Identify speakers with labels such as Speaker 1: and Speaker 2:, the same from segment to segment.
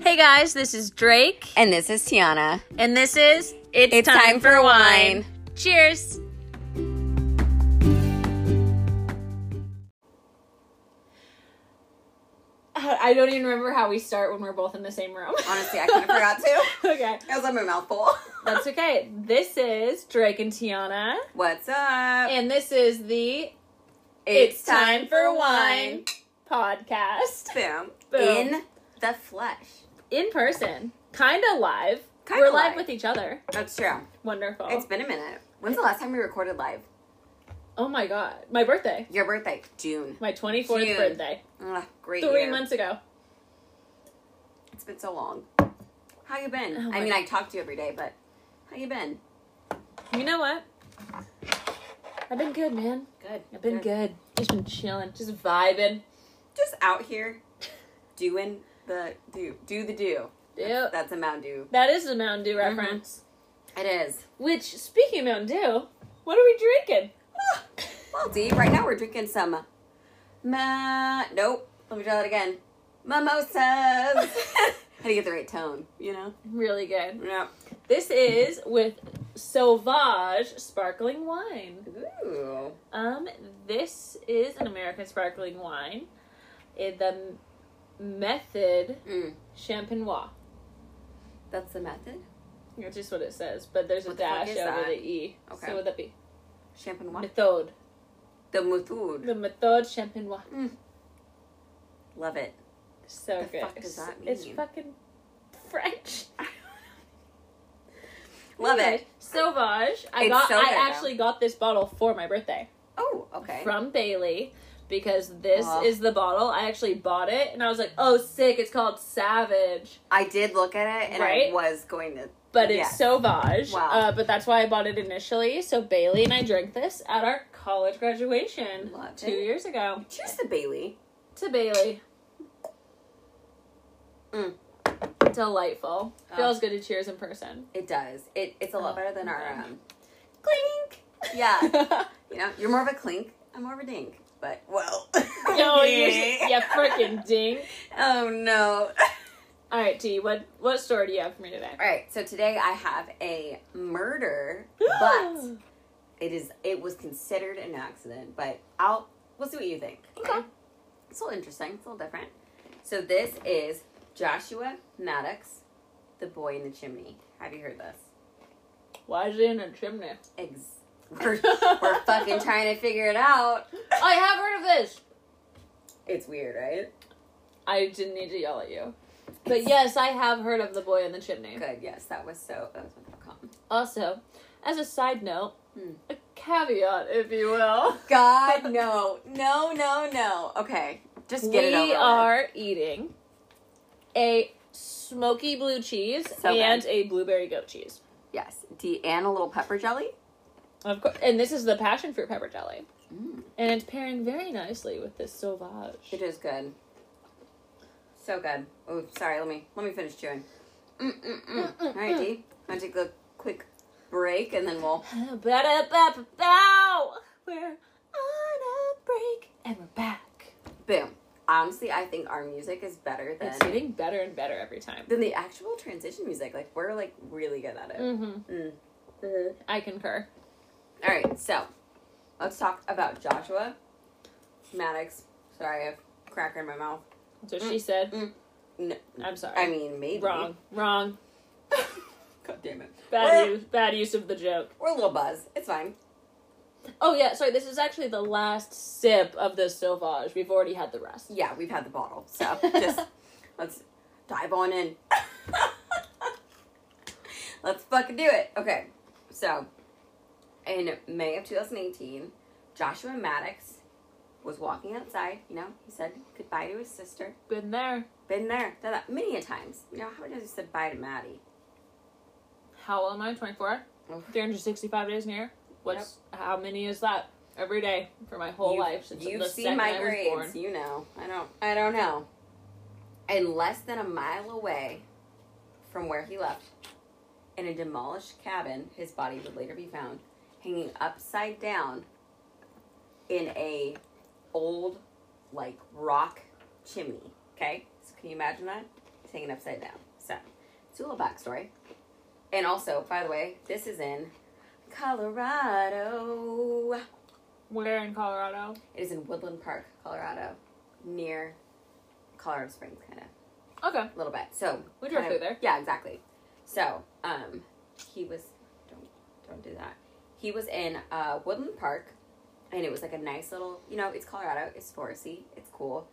Speaker 1: Hey guys, this is Drake,
Speaker 2: And this is Tiana.
Speaker 1: and this is It's,
Speaker 2: It's
Speaker 1: time,
Speaker 2: Time
Speaker 1: for,
Speaker 2: for
Speaker 1: wine.
Speaker 2: Wine.
Speaker 1: Cheers. I don't even remember how we start when we're both in the same room.
Speaker 2: Honestly, I kind of forgot too.
Speaker 1: okay,
Speaker 2: That was a mouthful.
Speaker 1: that's okay. This is Drake and Tiana,
Speaker 2: What's up?
Speaker 1: and this is the It's Time for Wine. podcast
Speaker 2: Boom.
Speaker 1: Boom.
Speaker 2: In the flesh.
Speaker 1: in person, kind of live.
Speaker 2: Kinda
Speaker 1: we're live
Speaker 2: live.
Speaker 1: with each other.
Speaker 2: That's true.
Speaker 1: Wonderful.
Speaker 2: It's been a minute. When's the last time we recorded live?
Speaker 1: oh my god, my birthday,
Speaker 2: Your birthday, June.
Speaker 1: my twenty fourth
Speaker 2: June.
Speaker 1: birthday,
Speaker 2: Ugh, great
Speaker 1: three
Speaker 2: year.
Speaker 1: months ago.
Speaker 2: It's been so long. How you been?
Speaker 1: Oh
Speaker 2: I
Speaker 1: my-
Speaker 2: mean, I talk to you every day, but how you been?
Speaker 1: You know what? I've been good, man.
Speaker 2: Good.
Speaker 1: I've been good. Just been chilling, just vibing.
Speaker 2: Just out here doing the do. Do the do.
Speaker 1: Ew.
Speaker 2: That's Mm-hmm. a Mountain Dew.
Speaker 1: That is the Mountain Dew reference.
Speaker 2: It is.
Speaker 1: Which, speaking of Mountain Dew, what are we drinking?
Speaker 2: Well, Dee, right now we're drinking some. Ma- nope. Let me try that again. Mimosas. How do you get the right tone? You know.
Speaker 1: Really good.
Speaker 2: Yeah.
Speaker 1: This is with Sauvage sparkling wine.
Speaker 2: Ooh.
Speaker 1: Um, this is an American sparkling wine. It, the method
Speaker 2: Mm.
Speaker 1: champenois.
Speaker 2: That's the method.
Speaker 1: That's just what it says, but there's a
Speaker 2: What the fuck
Speaker 1: dash
Speaker 2: is
Speaker 1: over
Speaker 2: that?
Speaker 1: the e.
Speaker 2: Okay.
Speaker 1: So would that be
Speaker 2: Champagne wine.
Speaker 1: method?
Speaker 2: The mutud.
Speaker 1: The method champenois.
Speaker 2: Love it.
Speaker 1: So
Speaker 2: The
Speaker 1: good.
Speaker 2: fuck does that
Speaker 1: It's
Speaker 2: mean?
Speaker 1: fucking French.
Speaker 2: Love
Speaker 1: Anyway,
Speaker 2: it.
Speaker 1: Sauvage. I
Speaker 2: It's
Speaker 1: got.
Speaker 2: so
Speaker 1: I
Speaker 2: good, though.
Speaker 1: actually got this bottle for my birthday
Speaker 2: Oh, okay.
Speaker 1: from Bailey because this
Speaker 2: Aw.
Speaker 1: is the bottle. I actually bought it and I was like, "Oh, sick! It's called Savage,
Speaker 2: I did look at it, and I
Speaker 1: Right?
Speaker 2: was going to.
Speaker 1: but it's
Speaker 2: Yes.
Speaker 1: Sauvage."
Speaker 2: Wow.
Speaker 1: Uh, but that's why I bought it initially. So Bailey and I drank this at our college graduation
Speaker 2: Loved
Speaker 1: two
Speaker 2: it.
Speaker 1: years ago.
Speaker 2: Cheers to Bailey.
Speaker 1: To Bailey.
Speaker 2: Mm.
Speaker 1: Delightful.
Speaker 2: Oh.
Speaker 1: Feels good to cheers in person.
Speaker 2: It does. It. It's a lot
Speaker 1: Oh,
Speaker 2: better than our
Speaker 1: okay.
Speaker 2: um, clink. Yeah. You know, you're more of a clink. I'm more of a dink. But well.
Speaker 1: Yo, you, you freaking ding.
Speaker 2: Oh no.
Speaker 1: All right, T, what what story do you have for me today?
Speaker 2: All right, so today I have a murder, but it is it was considered an accident. But I'll we'll see what you think.
Speaker 1: Okay.
Speaker 2: it's a little interesting. It's a little different. So this is Joshua Maddox, the boy in the chimney. Have you heard this?
Speaker 1: why is it in a chimney?
Speaker 2: Ex- we're, we're fucking trying to figure it out.
Speaker 1: I have heard of this.
Speaker 2: It's weird, right?
Speaker 1: I didn't need to yell at you, but yes, I have heard of the boy in the chimney.
Speaker 2: Good. Yes, that was so. That was wonderful. comment.
Speaker 1: Also, as a side note,
Speaker 2: Hmm.
Speaker 1: a caveat, if you will,
Speaker 2: God, no, no, no, no. Okay, just get
Speaker 1: we
Speaker 2: it over. with.
Speaker 1: are eating a smoky blue cheese
Speaker 2: So good.
Speaker 1: and a blueberry goat cheese.
Speaker 2: Yes, D and a little pepper jelly.
Speaker 1: Of course, and this is the passion fruit pepper jelly,
Speaker 2: Mm.
Speaker 1: and it's pairing very nicely with this sauvage.
Speaker 2: It is good. So good. Oh, sorry. Let me let me finish chewing. Mm, mm, mm. All right, D. Want to take a quick break and then we'll.
Speaker 1: Ba-da-ba-ba-bow. We're on a break and we're back.
Speaker 2: Boom. Honestly, I think our music is better
Speaker 1: It's
Speaker 2: than
Speaker 1: getting better and better every time.
Speaker 2: than the actual transition music. Like we're like really good at it.
Speaker 1: Mm-hmm.
Speaker 2: Mm.
Speaker 1: I concur.
Speaker 2: All right, so let's talk about Joshua Maddox. Sorry, I have cracker in my mouth.
Speaker 1: That's what she said.
Speaker 2: No,
Speaker 1: Mm, I'm sorry.
Speaker 2: I mean maybe
Speaker 1: wrong, wrong.
Speaker 2: God damn it.
Speaker 1: Bad use, bad use of the joke.
Speaker 2: We're a little buzz. It's fine.
Speaker 1: Oh yeah, sorry. This is actually the last sip of this sauvage. We've already had the rest.
Speaker 2: Yeah, we've had the bottle, so just let's dive on in. let's fucking do it. Okay, so in May of 2018, Joshua Maddox was walking outside. You know, he said goodbye to his sister.
Speaker 1: Been there.
Speaker 2: Been there, done that many a times. You know, how many times he said bye to Maddie?
Speaker 1: How old am I? 24.
Speaker 2: Oof.
Speaker 1: 365 days in a year. What's how many is that? Every day for my whole
Speaker 2: You've-
Speaker 1: life since
Speaker 2: you've
Speaker 1: the
Speaker 2: seen
Speaker 1: second
Speaker 2: my
Speaker 1: I was
Speaker 2: grades.
Speaker 1: born.
Speaker 2: You know, I don't. I don't know. And less than a mile away from where he left, in a demolished cabin, his body would later be found hanging upside down in a old like rock chimney. Okay, so can you imagine that? It's hanging upside down. It's a little backstory. And also, by the way, this is in Colorado.
Speaker 1: Where in Colorado?
Speaker 2: It is in Woodland Park, Colorado, near Colorado Springs, kind of
Speaker 1: Okay.
Speaker 2: a little bit. So
Speaker 1: We drove
Speaker 2: kind
Speaker 1: through
Speaker 2: of-
Speaker 1: there.
Speaker 2: Yeah, exactly. So um, he was don't don't do that. He was in uh, Woodland Park, and it was like a nice little. You know, it's Colorado. It's foresty. It's cool.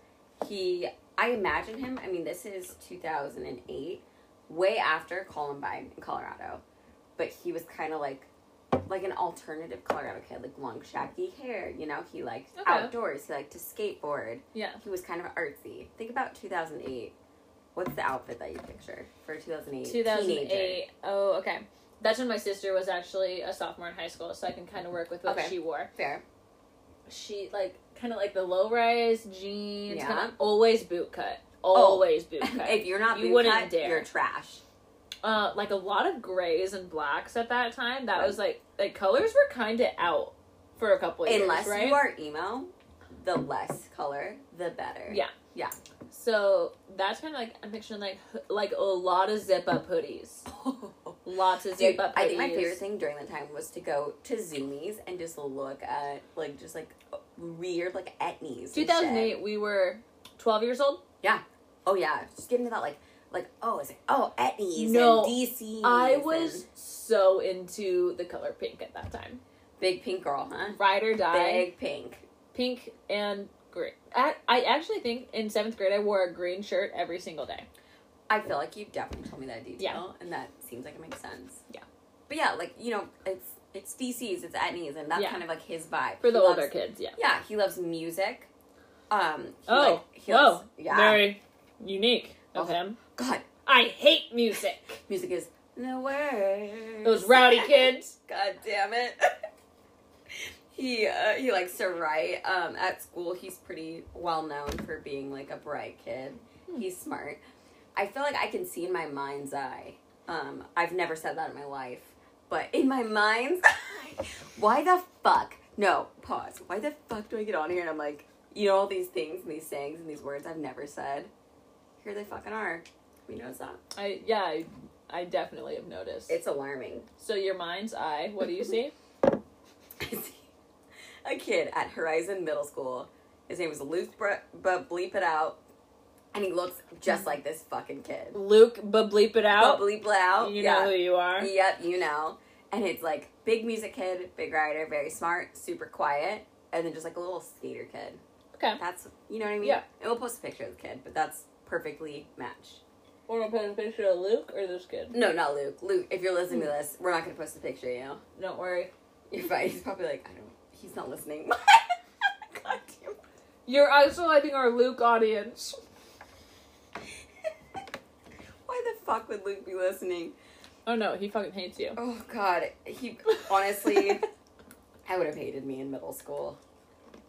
Speaker 2: He, I imagine him. I mean, this is two thousand and eight, way after Columbine in Colorado, but he was kind of like. Like an alternative Colorado kid, like long shaggy hair. You know, he liked
Speaker 1: Okay.
Speaker 2: outdoors. He liked to skateboard
Speaker 1: Yeah.
Speaker 2: he was kind of artsy. Think about 2008. What's the outfit that you picture for 2008?
Speaker 1: 2008.
Speaker 2: Teenager.
Speaker 1: Oh, okay. That's when my sister was actually a sophomore in high school, so I can kind of work with what
Speaker 2: Okay.
Speaker 1: she wore.
Speaker 2: Fair.
Speaker 1: She like kind of like the low rise jeans,
Speaker 2: Yeah. Oh.
Speaker 1: kinda always boot cut, always boot cut.
Speaker 2: if you're not
Speaker 1: You
Speaker 2: boot
Speaker 1: wouldn't
Speaker 2: cut,
Speaker 1: dare.
Speaker 2: you're trash.
Speaker 1: uh, like a lot of grays and blacks at that time. That was like like colors were kind of out for a couple of
Speaker 2: Unless
Speaker 1: years, right?
Speaker 2: you are emo, the less color, the better.
Speaker 1: Yeah. so that's kind of like I'm picturing like h- like a lot of zip up hoodies, lots of zip
Speaker 2: Dude,
Speaker 1: up.
Speaker 2: I think my favorite thing during that time was to go to Zoomies and just look at like just like weird like etnies. and shit.
Speaker 1: 2008, we were 12 years old.
Speaker 2: Oh yeah, just get into that like like oh it's like oh etnies
Speaker 1: No,
Speaker 2: and DC.
Speaker 1: I was so into the color pink at that time.
Speaker 2: big pink girl, huh?
Speaker 1: Ride or die,
Speaker 2: Big pink.
Speaker 1: pink and green. I, I actually think in seventh grade I wore a green shirt every single day.
Speaker 2: I feel like you definitely told me that detail, and that seems like it makes sense.
Speaker 1: Yeah.
Speaker 2: but yeah, like you know, it's it's DC's, it's Etnies, and that's
Speaker 1: Yeah.
Speaker 2: kind of like his vibe
Speaker 1: For the
Speaker 2: He loves-
Speaker 1: older kids, yeah.
Speaker 2: Yeah, he loves music. Um. He
Speaker 1: Oh,
Speaker 2: like, he
Speaker 1: whoa,
Speaker 2: loves- yeah.
Speaker 1: Very unique of
Speaker 2: Okay.
Speaker 1: him.
Speaker 2: God,
Speaker 1: I hate music.
Speaker 2: music is the worst.
Speaker 1: Those rowdy kids.
Speaker 2: God damn it. he uh, he likes to write. Um, at school, he's pretty well known for being like a bright kid.
Speaker 1: Hmm.
Speaker 2: He's smart. I feel like I can see in my mind's eye. Um, I've never said that in my life, but in my mind's eye, why the fuck? No, pause. Why the fuck do I get on here and I'm like, you know, all these things and these sayings and these words I've never said? Here they fucking are. We notice that.
Speaker 1: I yeah, I, I definitely have noticed.
Speaker 2: It's alarming.
Speaker 1: so your mind's eye. What do you see?
Speaker 2: I see a kid at Horizon Middle School. His name was Luke, Bre- but bleep it out, and he looks just like this fucking kid.
Speaker 1: Luke, but bleep it
Speaker 2: But
Speaker 1: out.
Speaker 2: bleep it out,
Speaker 1: you know
Speaker 2: yeah,
Speaker 1: who you are.
Speaker 2: yep, you know. And it's like big music kid, big rider, very smart, super quiet, and then just like a little skater kid.
Speaker 1: Okay.
Speaker 2: That's you know what I mean.
Speaker 1: Yeah.
Speaker 2: And we'll post a picture of the kid, but that's perfectly matched.
Speaker 1: Want to put a picture of Luke or this kid?
Speaker 2: No, not Luke. Luke, if you're listening to this, we're not gonna post a picture. You know,
Speaker 1: Don't worry.
Speaker 2: you're fine. He's probably like, I don't. He's not listening. God damn it.
Speaker 1: You're isolating our Luke audience.
Speaker 2: Why the fuck would Luke be listening?
Speaker 1: Oh no, he fucking hates you.
Speaker 2: Oh god, he honestly, I would have hated me in middle school.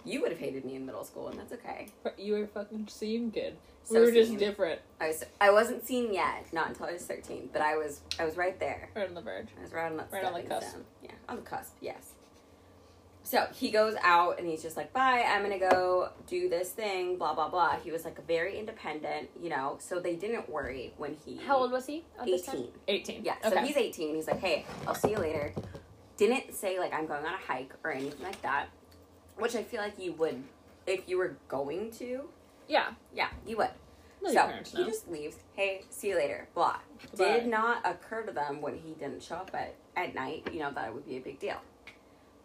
Speaker 2: You would have hated me in middle school, and that's okay.
Speaker 1: you were a fucking scene kid.
Speaker 2: So
Speaker 1: we were just
Speaker 2: seen.
Speaker 1: different.
Speaker 2: I was I wasn't seen yet, not until I was thirteen, but I was I was right there.
Speaker 1: Right on the verge.
Speaker 2: I was right on that
Speaker 1: Right on the
Speaker 2: stepping
Speaker 1: cusp.
Speaker 2: stone. Yeah, on the cusp. Yes. So he goes out and he's just like, "Bye, I'm gonna go do this thing." Blah blah blah. He was like very independent, you know. So they didn't worry when he
Speaker 1: How old was he? At This time?
Speaker 2: eighteen.
Speaker 1: Eighteen.
Speaker 2: Yeah, so
Speaker 1: Okay.
Speaker 2: he's 18. He's like, hey, I'll see you later. Didn't say, like, I'm going on a hike or anything like that, which I feel like you would if you were going to.
Speaker 1: yeah.
Speaker 2: Yeah, you would.
Speaker 1: Let your
Speaker 2: so
Speaker 1: parents
Speaker 2: he
Speaker 1: know.
Speaker 2: just leaves. Hey, see you later. Blah.
Speaker 1: Goodbye.
Speaker 2: Did not occur to them when he didn't show up at, at night, you know, that it would be a big deal.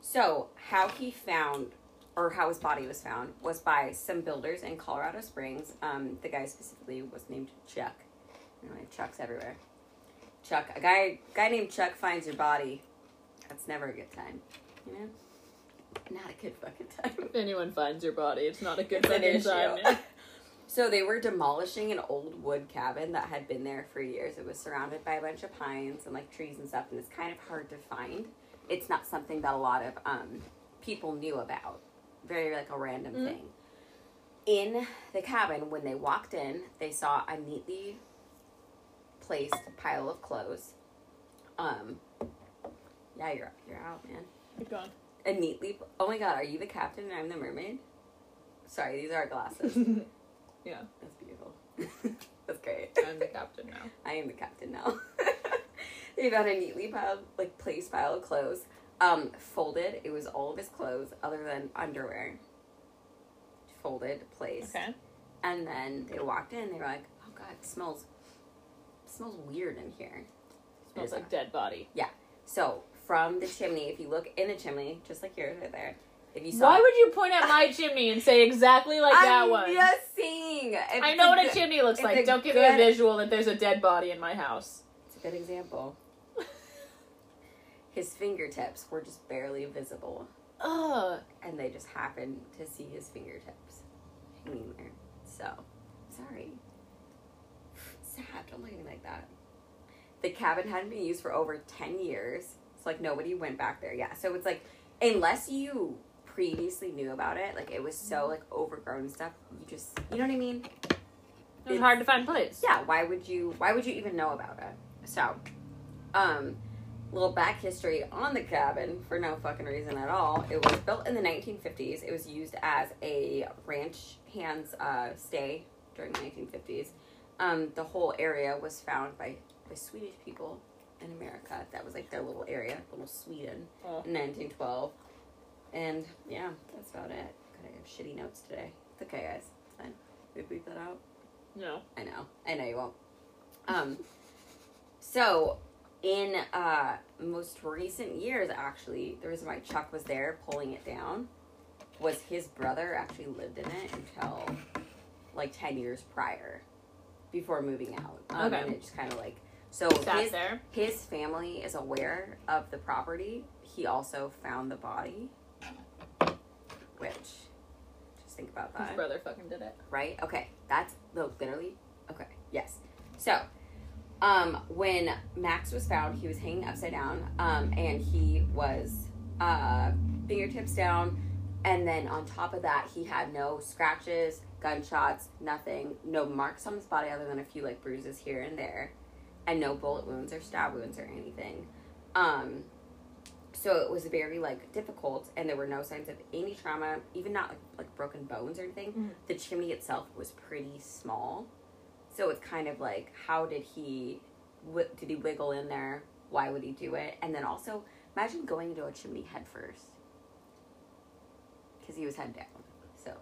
Speaker 2: So, how he found or how his body was found was by some builders in Colorado Springs. Um, the guy specifically was named Chuck. You know, like Chucks everywhere. Chuck, a guy guy named Chuck finds your body. That's never a good time, you know. Not a good fucking time.
Speaker 1: If anyone finds your body, it's not a good
Speaker 2: It's an
Speaker 1: fucking
Speaker 2: issue.
Speaker 1: time.
Speaker 2: So they were demolishing an old wood cabin that had been there for years. It was surrounded by a bunch of pines and like trees and stuff, and it's kind of hard to find. It's not something that a lot of um, people knew about. Very like a random
Speaker 1: Mm.
Speaker 2: thing. In the cabin, when they walked in, they saw a neatly placed pile of clothes. Um, yeah, you're you're out, man
Speaker 1: Keep going.
Speaker 2: a neatly. Oh my god, are you the captain and I'm the mermaid? Sorry, these are our glasses.
Speaker 1: Yeah.
Speaker 2: That's beautiful. That's great.
Speaker 1: I'm the captain now.
Speaker 2: I am the captain now. they found a neatly piled, like placed pile of clothes. Um, folded. It was all of his clothes, other than underwear. Folded, placed,
Speaker 1: Okay.
Speaker 2: and then they walked in. They were like, "Oh God, it smells, it smells weird in here."
Speaker 1: Smells like dead body.
Speaker 2: So from the chimney, if you look in the chimney, just like yours right there, if you saw,
Speaker 1: Why would you point at my chimney and say exactly like that
Speaker 2: I'm
Speaker 1: one?
Speaker 2: just saying. It's
Speaker 1: I know
Speaker 2: a
Speaker 1: what a
Speaker 2: good,
Speaker 1: chimney looks
Speaker 2: it's
Speaker 1: like.
Speaker 2: a
Speaker 1: Don't give me a
Speaker 2: good-
Speaker 1: visual that there's a dead body in my house.
Speaker 2: It's a good example. His fingertips were just barely visible,
Speaker 1: Ugh.
Speaker 2: and they just happened to see his fingertips hanging there. So, sorry. Sad. Don't look at me like that. The cabin hadn't been used for over 10 years. It's like nobody went back there. Yeah. So it's like, unless you previously knew about it, like it was so
Speaker 1: Mm-hmm.
Speaker 2: like overgrown and stuff, you just, you know what I mean?
Speaker 1: It was
Speaker 2: It's-
Speaker 1: hard to find place.
Speaker 2: yeah why would you why would you even know about it so um little back history on the cabin for no fucking reason at all it was built in the 1950s it was used as a ranch hands uh, stay during the 1950s um, the whole area was found by, by swedish people in america that was like their little area little sweden
Speaker 1: Oh.
Speaker 2: in 1912 and yeah that's about it god i have shitty notes today it's okay guys it's fine we bleep that out
Speaker 1: No.
Speaker 2: I know. I know you won't. Um, so in uh, most recent years, actually, the reason why Chuck was there pulling it down was his brother actually lived in it until like ten years prior, before moving out. Um,
Speaker 1: Okay.
Speaker 2: And it just kind of like so
Speaker 1: Sat
Speaker 2: his
Speaker 1: there.
Speaker 2: his family is aware of the property. He also found the body, which just think about that
Speaker 1: His brother fucking did it.
Speaker 2: right? Okay, that's the literally. Okay, yes. So, um, when Max was found, he was hanging upside down, um, and he was uh, fingertips down, and then on top of that, he had no scratches, gunshots, nothing, no marks on his body other than a few like bruises here and there, and no bullet wounds or stab wounds or anything. Um, so it was very like difficult, and there were no signs of any trauma, even not like, like broken bones or anything
Speaker 1: Mm-hmm.
Speaker 2: the chimney itself was pretty small. So it's kind of like, how did he, wi- did he wiggle in there? Why would he do it? And then also, imagine going into a chimney head first. Because he was head down. So,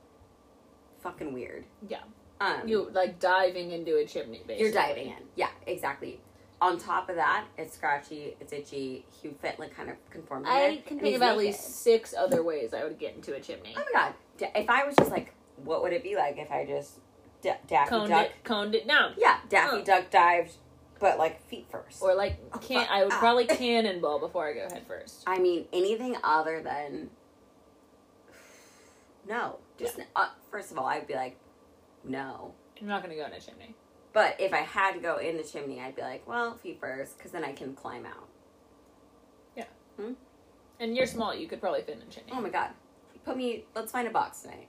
Speaker 2: fucking weird.
Speaker 1: Yeah.
Speaker 2: Um,
Speaker 1: You like diving into a chimney, basically.
Speaker 2: you're diving in. Yeah, exactly. On top of that, it's scratchy, it's itchy. He fit like kind of conformed. in there,
Speaker 1: I can
Speaker 2: and
Speaker 1: think
Speaker 2: he's
Speaker 1: of at
Speaker 2: naked.
Speaker 1: least six other ways I would get into a chimney.
Speaker 2: Oh my god! D- If I was just like, what would it be like if I just d- daffy
Speaker 1: Coned
Speaker 2: duck
Speaker 1: it, coned it down,
Speaker 2: Yeah, Daffy
Speaker 1: Huh.
Speaker 2: Duck dived, but like feet first.
Speaker 1: or like
Speaker 2: Oh,
Speaker 1: can
Speaker 2: fuck.
Speaker 1: I would
Speaker 2: Ah.
Speaker 1: probably cannonball before I go head first.
Speaker 2: I mean, anything other than no. Just uh, first of all, I'd be like, no.
Speaker 1: I'm not gonna go in a chimney.
Speaker 2: But if I had to go in the chimney, I'd be like, well, feet first, because then I can climb out.
Speaker 1: And you're small, you could probably fit in a chimney.
Speaker 2: Oh my god, put me. Let's find a box tonight.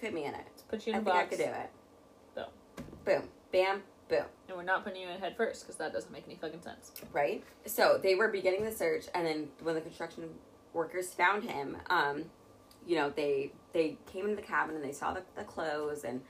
Speaker 2: Put me in it.
Speaker 1: Put you
Speaker 2: I
Speaker 1: in a
Speaker 2: think I
Speaker 1: box,
Speaker 2: could do it.
Speaker 1: Boom.
Speaker 2: Boom. Bam. Boom.
Speaker 1: and we're not putting you in head first because that doesn't make any fucking sense.
Speaker 2: right? So they were beginning the search, and then when the construction workers found him, um, you know, they they came into the cabin and they saw the, the clothes, and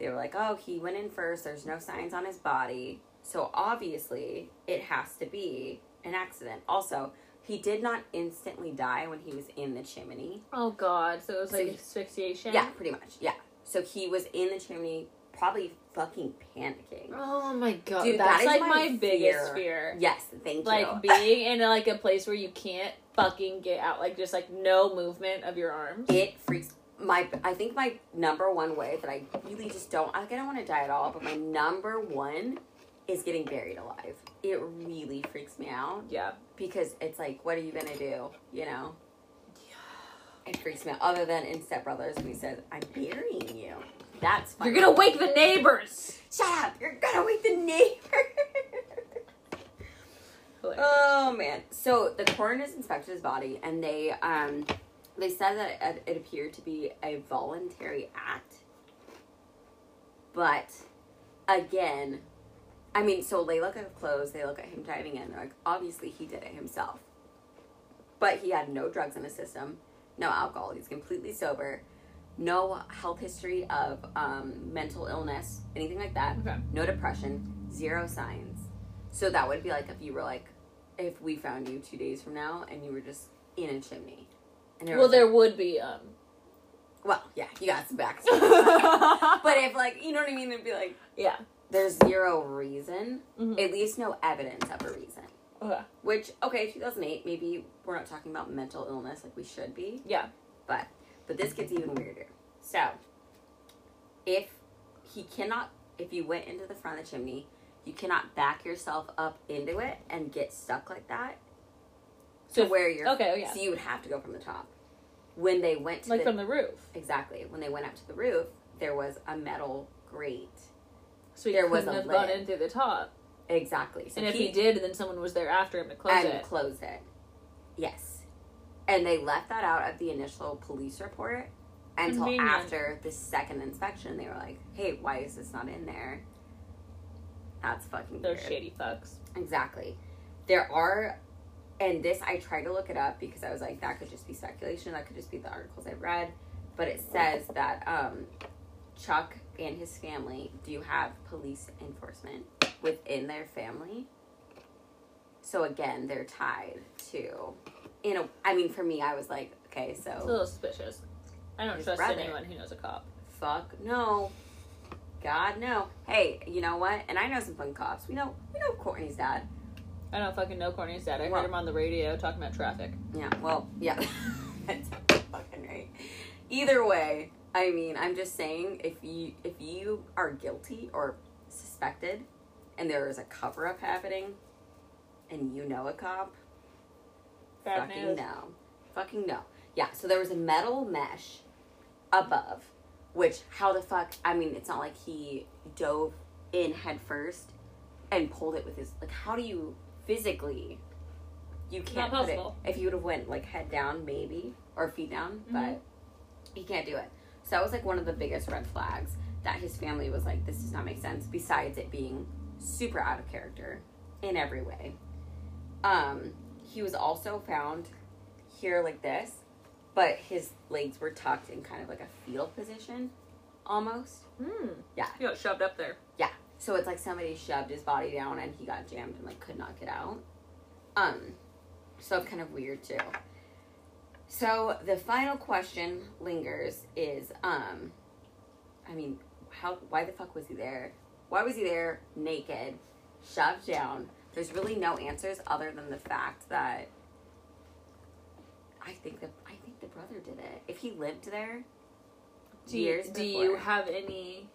Speaker 2: they were like, "Oh, he went in first. There's no signs on his body, so obviously it has to be an accident." Also, he did not instantly die when he was in the chimney.
Speaker 1: Oh god, so it was
Speaker 2: So
Speaker 1: like
Speaker 2: you-
Speaker 1: asphyxiation.
Speaker 2: Yeah, pretty much. Yeah. So he was in the chimney, probably fucking panicking.
Speaker 1: Oh my god,
Speaker 2: Dude, that
Speaker 1: that's
Speaker 2: is
Speaker 1: like
Speaker 2: my
Speaker 1: my, biggest
Speaker 2: fear.
Speaker 1: fear.
Speaker 2: Yes, thank
Speaker 1: Like
Speaker 2: you.
Speaker 1: being in like a place where you can't fucking get out, like just like no movement of your arms.
Speaker 2: it freaks my i think my number one way that i really just don't like i don't want to die at all but my number one is getting buried alive it really freaks me out
Speaker 1: Yeah.
Speaker 2: because it's like what are you gonna do you know it freaks me out other than in step brothers when he says i'm burying you that's fine
Speaker 1: You're gonna wake the neighbors.
Speaker 2: shut up you're gonna wake the neighbor Oh man! So the coroners inspected his body, and they um, they said that it, it appeared to be a voluntary act. But again, I mean, so they look at the clothes, they look at him diving in. They're like, obviously he did it himself. But he had no drugs in his system, no alcohol. He's completely sober. no health history of um, mental illness, anything like that,
Speaker 1: Okay.
Speaker 2: no depression, zero signs. So that would be like if you were like, if we found you two days from now and you were just in a chimney. And
Speaker 1: well,
Speaker 2: was like-
Speaker 1: there would be um.
Speaker 2: well, yeah, you got some back.
Speaker 1: but
Speaker 2: but if like, you know what I mean, it'd be like
Speaker 1: yeah.
Speaker 2: there's zero reason,
Speaker 1: Mhm.
Speaker 2: at least no evidence of a reason.
Speaker 1: Okay.
Speaker 2: Which okay, 2008, maybe we're not talking about mental illness like we should be.
Speaker 1: Yeah.
Speaker 2: But but this gets even weirder. So if he cannot if you went into the front of the chimney, you cannot back yourself up into it and get stuck like that.
Speaker 1: So
Speaker 2: So
Speaker 1: if-
Speaker 2: where you're
Speaker 1: Okay. oh, Yeah.
Speaker 2: so you would have to go from the top. When they went to
Speaker 1: Like
Speaker 2: the,
Speaker 1: from the roof.
Speaker 2: exactly, when they went up to the roof, there was a metal grate.
Speaker 1: So he
Speaker 2: There was
Speaker 1: couldn't
Speaker 2: a
Speaker 1: have gone
Speaker 2: lid.
Speaker 1: in through the top.
Speaker 2: Exactly. So
Speaker 1: and if he, did, then someone was there after him to close
Speaker 2: and
Speaker 1: it.
Speaker 2: close it. Yes. And they left that out of the initial police report until
Speaker 1: Convenient.
Speaker 2: after the second inspection. They were like, hey, why is this not in there? That's fucking
Speaker 1: Those
Speaker 2: weird.
Speaker 1: shady fucks.
Speaker 2: Exactly. There are, and this I tried to look it up because I was like, that could just be speculation. That could just be the articles I've read. But it says that um, Chuck and his family do have police enforcement within their family. So again, they're tied to, you know, I mean, for me, I was like, okay,
Speaker 1: It's a
Speaker 2: so
Speaker 1: little suspicious. I don't
Speaker 2: Oh. His
Speaker 1: trust
Speaker 2: brother.
Speaker 1: anyone who knows a cop.
Speaker 2: fuck no. God no. Hey, you know what? And I know some fun cops. We know we know Courtney's dad.
Speaker 1: I don't fucking know Courtney's dad. I
Speaker 2: Well-
Speaker 1: heard him on the radio talking about traffic.
Speaker 2: Yeah, well, yeah. That's fucking right. Either way, I mean, I'm just saying if you if you are guilty or suspected and there is a cover up happening and you know a cop,
Speaker 1: Bad
Speaker 2: fucking
Speaker 1: news.
Speaker 2: no. Fucking no. Yeah, so there was a metal mesh above, which how the fuck I mean, it's not like he dove in head first and pulled it with his like how do you physically you can't put it
Speaker 1: possible.
Speaker 2: if you would have went like head down maybe or feet down,
Speaker 1: Mhm.
Speaker 2: but he can't do it. So that was like one of the biggest red flags that his family was like, this does not make sense, besides it being super out of character in every way. Um, he was also found here like this, but his legs were tucked in kind of like a fetal position almost.
Speaker 1: Hmm.
Speaker 2: Yeah.
Speaker 1: He got shoved up there.
Speaker 2: So it's like somebody shoved his body down and he got jammed and like could not get out. Um, so it's kind of weird too. So the final question lingers is, um, I mean, how? Why the fuck was he there? Why was he there naked, shoved down? There's really no answers other than the fact that I think the I think the brother did it. If he lived there,
Speaker 1: Do you,
Speaker 2: Years
Speaker 1: do you
Speaker 2: before.
Speaker 1: have any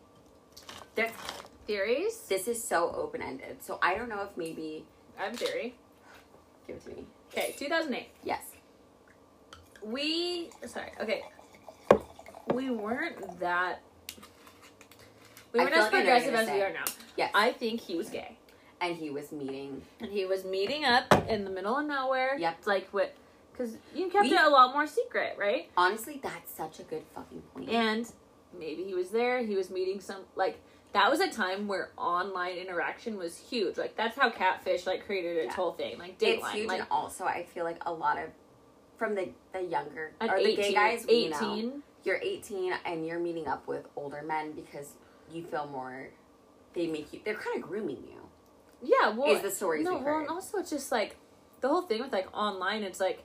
Speaker 2: There-
Speaker 1: theories?
Speaker 2: this is so open ended. So I don't know if maybe
Speaker 1: I have a theory.
Speaker 2: give it to me.
Speaker 1: Okay, 2008.
Speaker 2: Yes.
Speaker 1: We sorry. Okay, we weren't that. We
Speaker 2: I
Speaker 1: weren't
Speaker 2: feel
Speaker 1: as
Speaker 2: like I know what
Speaker 1: progressive
Speaker 2: you're
Speaker 1: as
Speaker 2: gonna
Speaker 1: we
Speaker 2: say.
Speaker 1: are now.
Speaker 2: Yes.
Speaker 1: I think he was gay,
Speaker 2: and he was meeting.
Speaker 1: and he was meeting up in the middle of nowhere.
Speaker 2: Yep.
Speaker 1: Like what? Because you kept
Speaker 2: We-
Speaker 1: it a lot more secret, right?
Speaker 2: Honestly, that's such a good fucking point.
Speaker 1: And maybe he was there. He was meeting some like. That was a time where online interaction was huge. Like that's how catfish like created its
Speaker 2: Yeah.
Speaker 1: whole thing. Like
Speaker 2: it's
Speaker 1: Dateline,
Speaker 2: huge,
Speaker 1: like
Speaker 2: and also I feel like a lot of from the the younger
Speaker 1: an
Speaker 2: or
Speaker 1: 18,
Speaker 2: the gay guys, we know,
Speaker 1: 18
Speaker 2: you're 18 and you're meeting up with older men because you feel more. They make you. They're kind of grooming you.
Speaker 1: Yeah, well,
Speaker 2: is the stories
Speaker 1: no,
Speaker 2: we
Speaker 1: well, and
Speaker 2: heard.
Speaker 1: also it's just like the whole thing with like online. It's like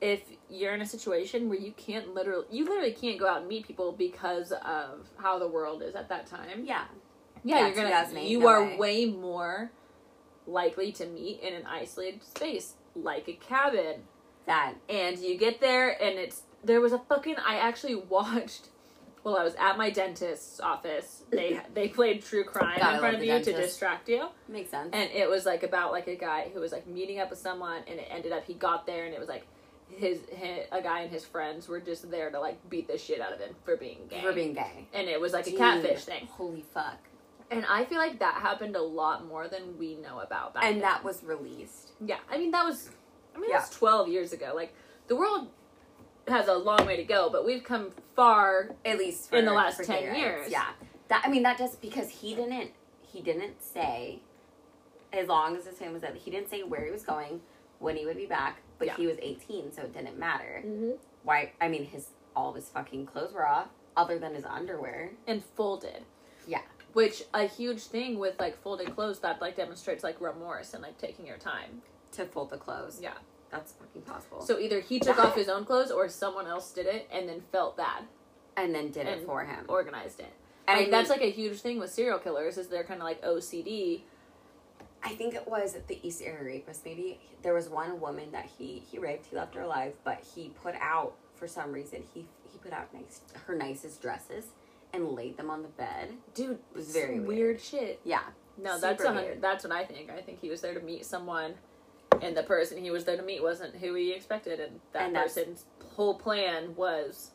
Speaker 1: if you're in a situation where you can't literally, you literally can't go out and meet people because of how the world is at that time.
Speaker 2: Yeah.
Speaker 1: Yeah,
Speaker 2: Yeah,
Speaker 1: you're gonna,
Speaker 2: 2008,
Speaker 1: you
Speaker 2: no
Speaker 1: are
Speaker 2: way.
Speaker 1: way more likely to meet in an isolated space like a cabin,
Speaker 2: That.
Speaker 1: and you get there and it's there was a fucking I actually watched. Well, I was at my dentist's office. They they played true crime
Speaker 2: God, I
Speaker 1: in front
Speaker 2: love
Speaker 1: of
Speaker 2: the
Speaker 1: you to
Speaker 2: dentist.
Speaker 1: distract you
Speaker 2: Makes sense.
Speaker 1: and it was like about like a guy who was like meeting up with someone and it ended up he got there and it was like his, hi a guy and his friends were just there to like beat the shit out of him for being gay
Speaker 2: for being gay.
Speaker 1: and it was like a
Speaker 2: Dude,
Speaker 1: catfish thing
Speaker 2: Holy fuck.
Speaker 1: and i feel like that happened a lot more than we know about back
Speaker 2: And
Speaker 1: then.
Speaker 2: that was released.
Speaker 1: yeah i mean that was i mean
Speaker 2: Yeah.
Speaker 1: that's 12 years ago like the world has a long way to go but we've come far
Speaker 2: at least for,
Speaker 1: In the last
Speaker 2: for
Speaker 1: 10
Speaker 2: gay rights.
Speaker 1: years.
Speaker 2: Yeah, that I mean that just because he didn't he didn't say as long as his family was that he didn't say where he was going when he would be back, but
Speaker 1: Yeah.
Speaker 2: he was eighteen, so it didn't matter.
Speaker 1: mm-hmm.
Speaker 2: Why? I mean his all of his fucking clothes were off, other than his underwear.
Speaker 1: and folded.
Speaker 2: Yeah.
Speaker 1: Which a huge thing with like folded clothes that like demonstrates like remorse and like taking your time.
Speaker 2: To fold the clothes.
Speaker 1: Yeah.
Speaker 2: That's fucking possible.
Speaker 1: So either he took off his own clothes or someone else did it and then felt bad,
Speaker 2: and then did it
Speaker 1: And-
Speaker 2: for him.
Speaker 1: organized it.
Speaker 2: and
Speaker 1: like that's like a huge thing with serial killers is they're kind of like OCD.
Speaker 2: I think it was the East Area Rapist. Maybe there was one woman that he he raped. He left her alive, but he put out for some reason he he put out nice her nicest dresses and laid them on the bed.
Speaker 1: Dude,
Speaker 2: It was
Speaker 1: some
Speaker 2: very
Speaker 1: weird.
Speaker 2: weird.
Speaker 1: shit.
Speaker 2: Yeah,
Speaker 1: No, that's
Speaker 2: Super
Speaker 1: a hundred.
Speaker 2: weird.
Speaker 1: That's what I think. I think he was there to meet someone, and the person he was there to meet wasn't who he expected, and that
Speaker 2: And that's-
Speaker 1: person's whole plan was.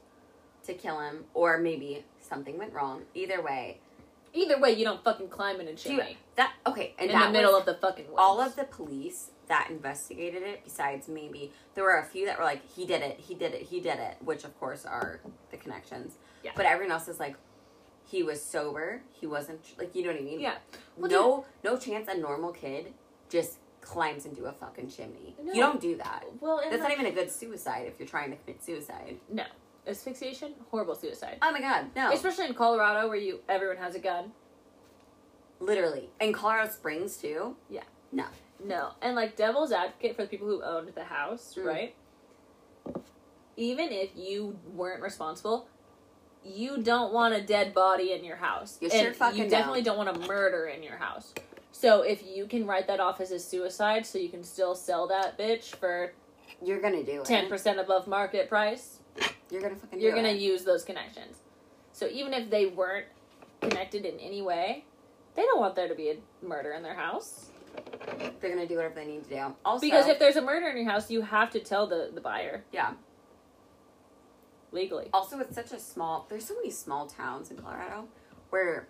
Speaker 2: to kill him, or maybe something went wrong. Either way,
Speaker 1: Either way, you don't fucking climb in a
Speaker 2: do you-
Speaker 1: chimney
Speaker 2: that okay? And
Speaker 1: in
Speaker 2: that
Speaker 1: the middle
Speaker 2: was
Speaker 1: of the fucking woods.
Speaker 2: all of the police that investigated it. Besides, maybe there were a few that were like, "He did it, he did it, he did it," which of course are the connections.
Speaker 1: Yeah.
Speaker 2: But everyone else is like, "He was sober. He wasn't like you know what I mean."
Speaker 1: yeah. Well,
Speaker 2: no, no chance a normal kid just climbs into a fucking chimney.
Speaker 1: No.
Speaker 2: You don't do that.
Speaker 1: Well, and
Speaker 2: That's not
Speaker 1: like-
Speaker 2: even a good suicide if you're trying to commit suicide.
Speaker 1: no asphyxiation, horrible suicide,
Speaker 2: Oh my god, no!
Speaker 1: especially in Colorado where you everyone has a gun.
Speaker 2: Literally, in Colorado Springs too.
Speaker 1: No, and like devil's advocate for the people who owned the house,
Speaker 2: Mm.
Speaker 1: right? Even if you weren't responsible, you don't want a dead body in your house.
Speaker 2: You
Speaker 1: and
Speaker 2: sure fucking
Speaker 1: you
Speaker 2: don't.
Speaker 1: definitely don't. want a murder in your house. So if you can write that off as a suicide, so you can still sell that bitch for
Speaker 2: You're gonna do it.
Speaker 1: ten percent above market price,
Speaker 2: You're gonna fucking.
Speaker 1: you're
Speaker 2: do
Speaker 1: gonna
Speaker 2: it.
Speaker 1: use those connections. So even if they weren't connected in any way, they don't want there to be a murder in their house.
Speaker 2: They're gonna do whatever they need to do. Also,
Speaker 1: Because if there's a murder in your house, you have to tell the, the buyer
Speaker 2: yeah.
Speaker 1: legally.
Speaker 2: Also, it's such a small. There's so many small towns in Colorado where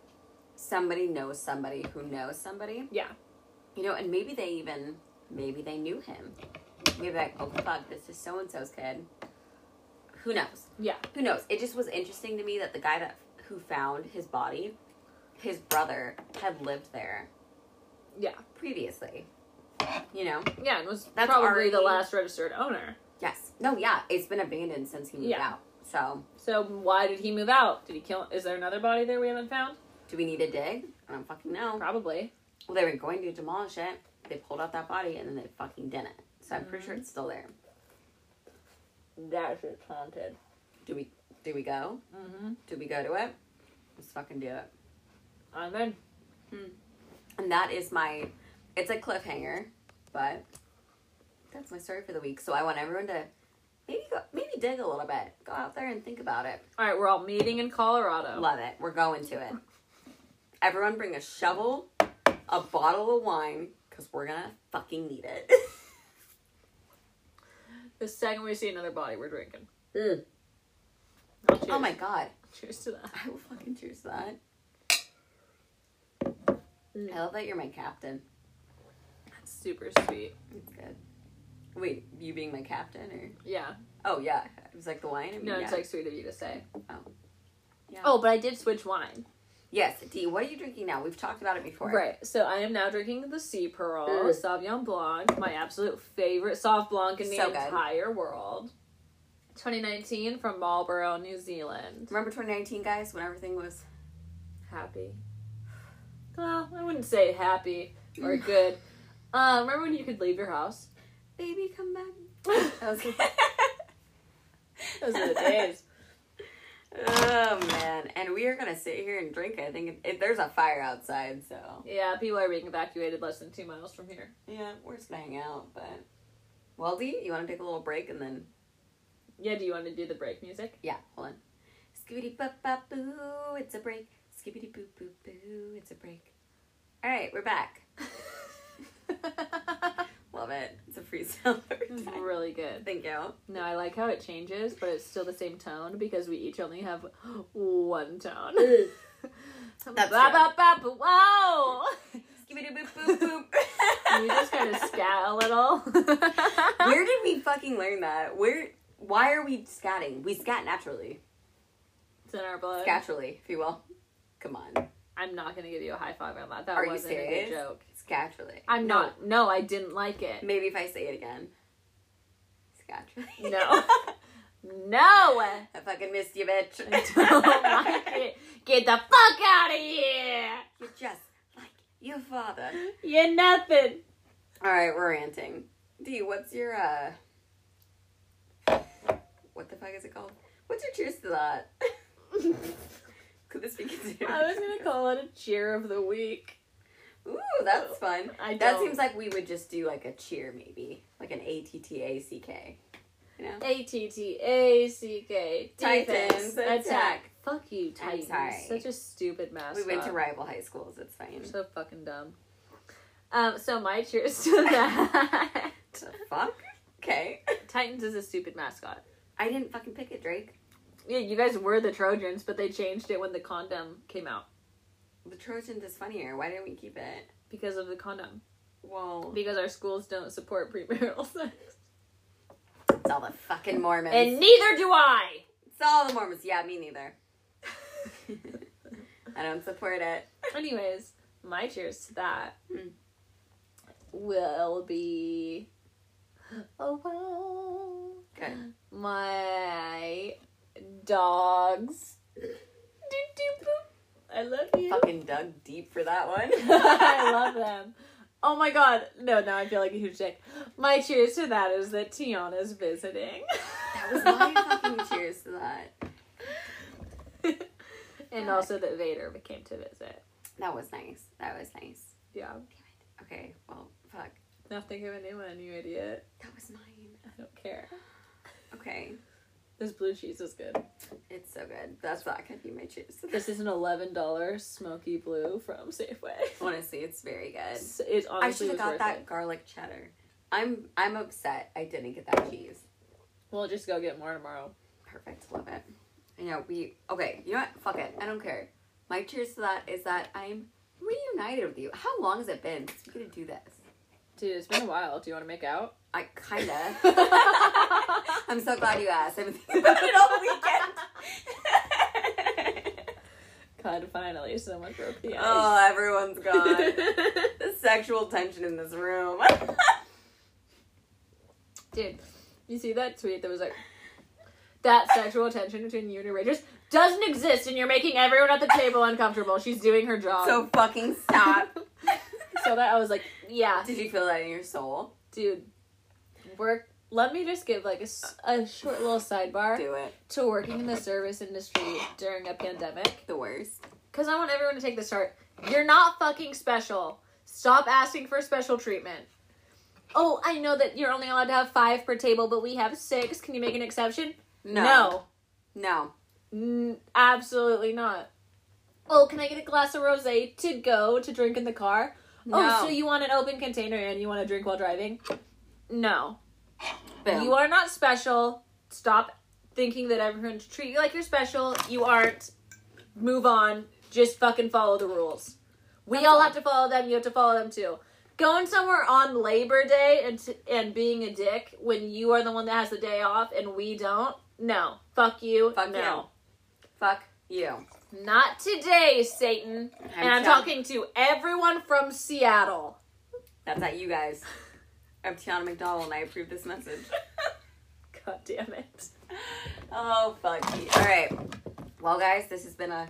Speaker 2: somebody knows somebody who knows somebody.
Speaker 1: Yeah.
Speaker 2: You know, and maybe they even maybe they knew him. Maybe like, oh fuck, this is so and so's kid. Who knows?
Speaker 1: Yeah.
Speaker 2: Who knows? It just was interesting to me that the guy that who found his body, his brother had lived there
Speaker 1: Yeah.
Speaker 2: previously. You know?
Speaker 1: Yeah, and was
Speaker 2: That's
Speaker 1: probably the
Speaker 2: already-
Speaker 1: last registered owner.
Speaker 2: Yes. No. Yeah. It's been abandoned since he moved
Speaker 1: Yeah.
Speaker 2: out. So,
Speaker 1: So why did he move out? Did he kill is there another body there we haven't found?
Speaker 2: do we need a dig? I don't fucking know.
Speaker 1: Probably.
Speaker 2: Well, they were going to demolish it. They pulled out that body and then they fucking didn't. So I'm pretty sure it's still there.
Speaker 1: That shit's haunted.
Speaker 2: Do we? Do we go?
Speaker 1: Mm-hmm.
Speaker 2: Do we go to it? Let's fucking do it.
Speaker 1: And then
Speaker 2: And that is my. It's a cliffhanger, but that's my story for the week. So I want everyone to maybe go, maybe dig a little bit. Go out there and think about it.
Speaker 1: Alright, we're all meeting in Colorado.
Speaker 2: Love it. We're going to it. Everyone, bring a shovel, a bottle of wine, because we're gonna fucking need it.
Speaker 1: The second we see another body, we're drinking.
Speaker 2: Mm.
Speaker 1: I'll cheers.
Speaker 2: Oh my god.
Speaker 1: cheers to that.
Speaker 2: I will fucking choose that. I love that you're my captain.
Speaker 1: That's super sweet.
Speaker 2: It's good. Wait, you being my captain or?
Speaker 1: Yeah.
Speaker 2: Oh yeah, it was like the wine. I mean,
Speaker 1: No, it's
Speaker 2: yeah.
Speaker 1: like sweet of you to say.
Speaker 2: Oh. Yeah.
Speaker 1: Oh, but I did switch wine.
Speaker 2: yes. Dee, what are you drinking now? We've talked about it before.
Speaker 1: Right. So I am now drinking the Sea Pearl
Speaker 2: Mm.
Speaker 1: Sauvignon Blanc, my absolute favorite soft blanc in the
Speaker 2: So good.
Speaker 1: entire world. 2019 from Marlborough, New Zealand.
Speaker 2: Remember 2019, guys, when everything was
Speaker 1: Happy. Well, I wouldn't say happy or
Speaker 2: Mm.
Speaker 1: good. Uh, remember when you could leave your house?
Speaker 2: "Baby, come back."
Speaker 1: Those
Speaker 2: That was.
Speaker 1: were the days.
Speaker 2: oh man, and we are gonna sit here and drink. I think if, if there's a fire outside, so
Speaker 1: Yeah, people are being evacuated less than two miles from here.
Speaker 2: yeah, we're just gonna hang out. But well, Dee, you want to take a little break and then
Speaker 1: Yeah, do you want to do the break music?
Speaker 2: Yeah, hold on. Scooby bop bop boo, it's a break. Skibbity boo boo boo, it's a break. All right, we're back. Love it. It's a freestyle.
Speaker 1: It was really good.
Speaker 2: Thank you.
Speaker 1: No, I like how it changes, but it's still the same tone because we each only have one tone.
Speaker 2: That's
Speaker 1: ba,
Speaker 2: true.
Speaker 1: ba, ba, ba, wow!
Speaker 2: Skibbity boop boop boop.
Speaker 1: you just kind of scat a little.
Speaker 2: Where did we fucking learn that? Where? Why are we scatting? We scat naturally,
Speaker 1: it's in our blood.
Speaker 2: scaturally, if you will. Come on,
Speaker 1: I'm not gonna give you a high five on that. That
Speaker 2: Are you
Speaker 1: wasn't a
Speaker 2: serious?
Speaker 1: good joke.
Speaker 2: scaturally.
Speaker 1: I'm
Speaker 2: No,
Speaker 1: not. No, I didn't like it.
Speaker 2: Maybe if I say it again. Scaturally.
Speaker 1: No. No.
Speaker 2: I fucking missed you, bitch.
Speaker 1: I don't like it. Get the fuck out of here.
Speaker 2: You're just like your father.
Speaker 1: You're nothing.
Speaker 2: All right, we're ranting. D, what's your uh? What the fuck is it called? What's your cheers to that? Could this be considered?
Speaker 1: I was gonna call it a cheer of the week.
Speaker 2: Ooh, that's fun.
Speaker 1: I don't.
Speaker 2: That seems like we would just do like a cheer, maybe like an A T T A C K. You know,
Speaker 1: A T T A C K.
Speaker 2: Titans,
Speaker 1: Defense, attack.
Speaker 2: attack.
Speaker 1: Fuck you,
Speaker 2: I'm
Speaker 1: Titans.
Speaker 2: sorry.
Speaker 1: Such a stupid mascot.
Speaker 2: we went to rival high schools. It's fine.
Speaker 1: So fucking dumb. Um, so my cheers to that.
Speaker 2: The fuck. Okay.
Speaker 1: Titans is a stupid mascot.
Speaker 2: I didn't fucking pick it, Drake.
Speaker 1: Yeah, you guys were the Trojans, but they changed it when the condom came out
Speaker 2: The Trojans is funnier. Why didn't we keep it?
Speaker 1: because of the condom.
Speaker 2: Well,
Speaker 1: Because our schools don't support premarital sex.
Speaker 2: it's all the fucking Mormons.
Speaker 1: And neither do I.
Speaker 2: It's all the Mormons. Yeah, me neither. I don't support it.
Speaker 1: Anyways, my cheers to that
Speaker 2: Hmm.
Speaker 1: will be. Oh well.
Speaker 2: Good.
Speaker 1: My dogs. Doot, doot, boop. I love you.
Speaker 2: Fucking dug deep for that one.
Speaker 1: I love them. Oh my god. No, now I feel like a huge dick. My cheers to that is that Tiana's visiting.
Speaker 2: That was my fucking cheers to that.
Speaker 1: and also that Vader came to visit.
Speaker 2: That was nice. That was nice.
Speaker 1: Yeah.
Speaker 2: Okay, well, fuck.
Speaker 1: Now think of a new one, you idiot.
Speaker 2: That was mine.
Speaker 1: I don't care.
Speaker 2: Okay,
Speaker 1: This blue cheese is good.
Speaker 2: it's so good. That's that could be my cheers. to
Speaker 1: This
Speaker 2: that.
Speaker 1: is an eleven dollar smoky blue from Safeway.
Speaker 2: Honestly, it's very good.
Speaker 1: It's, it
Speaker 2: I
Speaker 1: honestly
Speaker 2: should have
Speaker 1: was worth
Speaker 2: got that
Speaker 1: it.
Speaker 2: garlic cheddar. I'm I'm upset. I didn't get that cheese.
Speaker 1: We'll just go get more tomorrow.
Speaker 2: Perfect. Love it. I know we okay. You know what? Fuck it. I don't care. My cheers to that is that I'm reunited with you. How long has it been since we get to do this?
Speaker 1: Dude, it's been a while. Do you want to make out?
Speaker 2: I kinda. I'm so glad you asked. I've been thinking about it all weekend.
Speaker 1: God, finally, someone broke the ice.
Speaker 2: oh, everyone's gone. the sexual tension in this room.
Speaker 1: Dude, you see that tweet that was like, that sexual tension between you and your ragers doesn't exist, and you're making everyone at the table uncomfortable. She's doing her job.
Speaker 2: so fucking stop.
Speaker 1: so that I was like, yeah,
Speaker 2: Did you feel that in your soul?
Speaker 1: dude, work. Let me just give like a, s- a short little sidebar
Speaker 2: Do it.
Speaker 1: to working in the service industry during a pandemic.
Speaker 2: The worst.
Speaker 1: Because I want everyone to take this heart. You're not fucking special. Stop asking for special treatment. Oh, I know that you're only allowed to have five per table, but we have six. Can you make an exception?
Speaker 2: No.
Speaker 1: No. N- absolutely not. Oh, can I get a glass of rose to go to drink in the car?
Speaker 2: No.
Speaker 1: Oh, so you want an open container and you want to drink while driving? No.
Speaker 2: Boom.
Speaker 1: You are not special. Stop thinking that everyone should treat you like you're special. You aren't. Move on. Just fucking follow the rules. We
Speaker 2: That's
Speaker 1: all
Speaker 2: all.
Speaker 1: have to follow them. You have to follow them too. Going somewhere on Labor Day and t- and being a dick when you are the one that has the day off and we don't. No, fuck you.
Speaker 2: Fuck
Speaker 1: no,
Speaker 2: Fuck you.
Speaker 1: not today, Satan. and I'm
Speaker 2: Tiana.
Speaker 1: talking to everyone from Seattle.
Speaker 2: That's at you guys. I'm Tiana McDonald, and I approve this message.
Speaker 1: God damn it.
Speaker 2: oh fuck you. All right. Well, guys, this has been a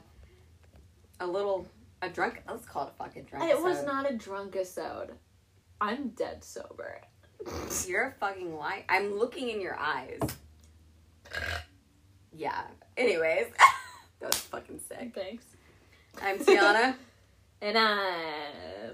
Speaker 2: a little a drunk. Let's call it a fucking drunk.
Speaker 1: It was
Speaker 2: episode.
Speaker 1: not a drunk episode. I'm dead sober.
Speaker 2: You're a fucking lie. I'm looking in your eyes. Yeah. Anyways, that was fucking sick.
Speaker 1: Thanks.
Speaker 2: I'm Tiana.
Speaker 1: And um,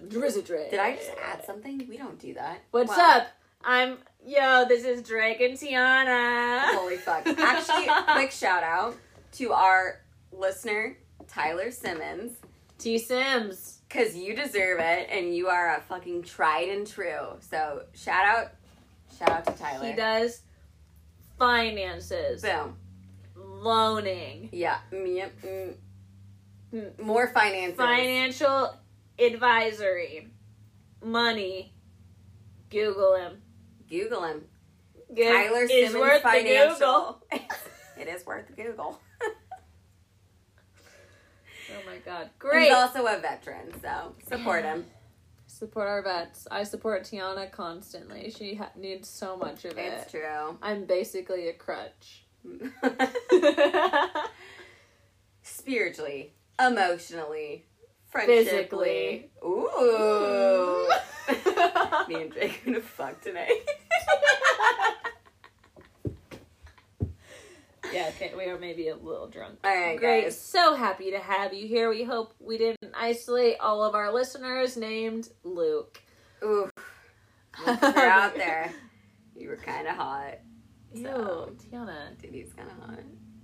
Speaker 1: I'm Drizzy Drake.
Speaker 2: Did I just add something? We don't do that.
Speaker 1: What's
Speaker 2: Wow.
Speaker 1: up? I'm yo. This is Drake and Tiana.
Speaker 2: Holy fuck. Actually, quick shout out to our listener, Tyler Simmons,
Speaker 1: T Sims.
Speaker 2: because you deserve it and you are a fucking tried and true. So shout out, shout out to Tyler.
Speaker 1: He does finances,
Speaker 2: Boom.
Speaker 1: loaning,
Speaker 2: Yeah. Mm, yep, mm.
Speaker 1: Mm.
Speaker 2: More finances.
Speaker 1: financial advisory, money. Google him.
Speaker 2: Google him.
Speaker 1: Good
Speaker 2: Tyler
Speaker 1: is
Speaker 2: Simmons
Speaker 1: worth the Google.
Speaker 2: Financial. it is worth the Google.
Speaker 1: Oh my god!
Speaker 2: Great.
Speaker 1: Great.
Speaker 2: He's also a veteran, so support him.
Speaker 1: Support our vets. I support Tiana constantly. She ha- needs so much of it.
Speaker 2: It's true.
Speaker 1: I'm basically a crutch.
Speaker 2: Spiritually, emotionally, friendshiply.
Speaker 1: Physically.
Speaker 2: Ooh. Me and Drake are gonna fuck tonight.
Speaker 1: yeah, okay, we are maybe a little drunk.
Speaker 2: All right,
Speaker 1: Great.
Speaker 2: guys.
Speaker 1: So happy to have you here. We hope we didn't isolate all of our listeners named Luke.
Speaker 2: Ooh. If you're out there. You were kind of hot.
Speaker 1: Ew,
Speaker 2: So-
Speaker 1: Tiana.
Speaker 2: Dude, he's kind of hot.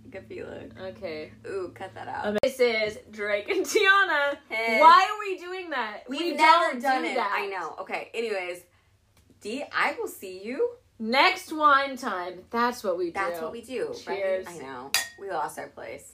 Speaker 2: Good for you, Luke.
Speaker 1: Okay.
Speaker 2: Ooh, cut that out.
Speaker 1: Um, this is Drake and Tiana.
Speaker 2: Hey.
Speaker 1: Why are we doing that?
Speaker 2: We've
Speaker 1: We
Speaker 2: never
Speaker 1: don't
Speaker 2: done
Speaker 1: do
Speaker 2: it.
Speaker 1: that.
Speaker 2: I know. Okay. Anyways, D, I will see you.
Speaker 1: Next wine time. That's what we do.
Speaker 2: That's what we do. right?
Speaker 1: Cheers.
Speaker 2: I know. We lost our place.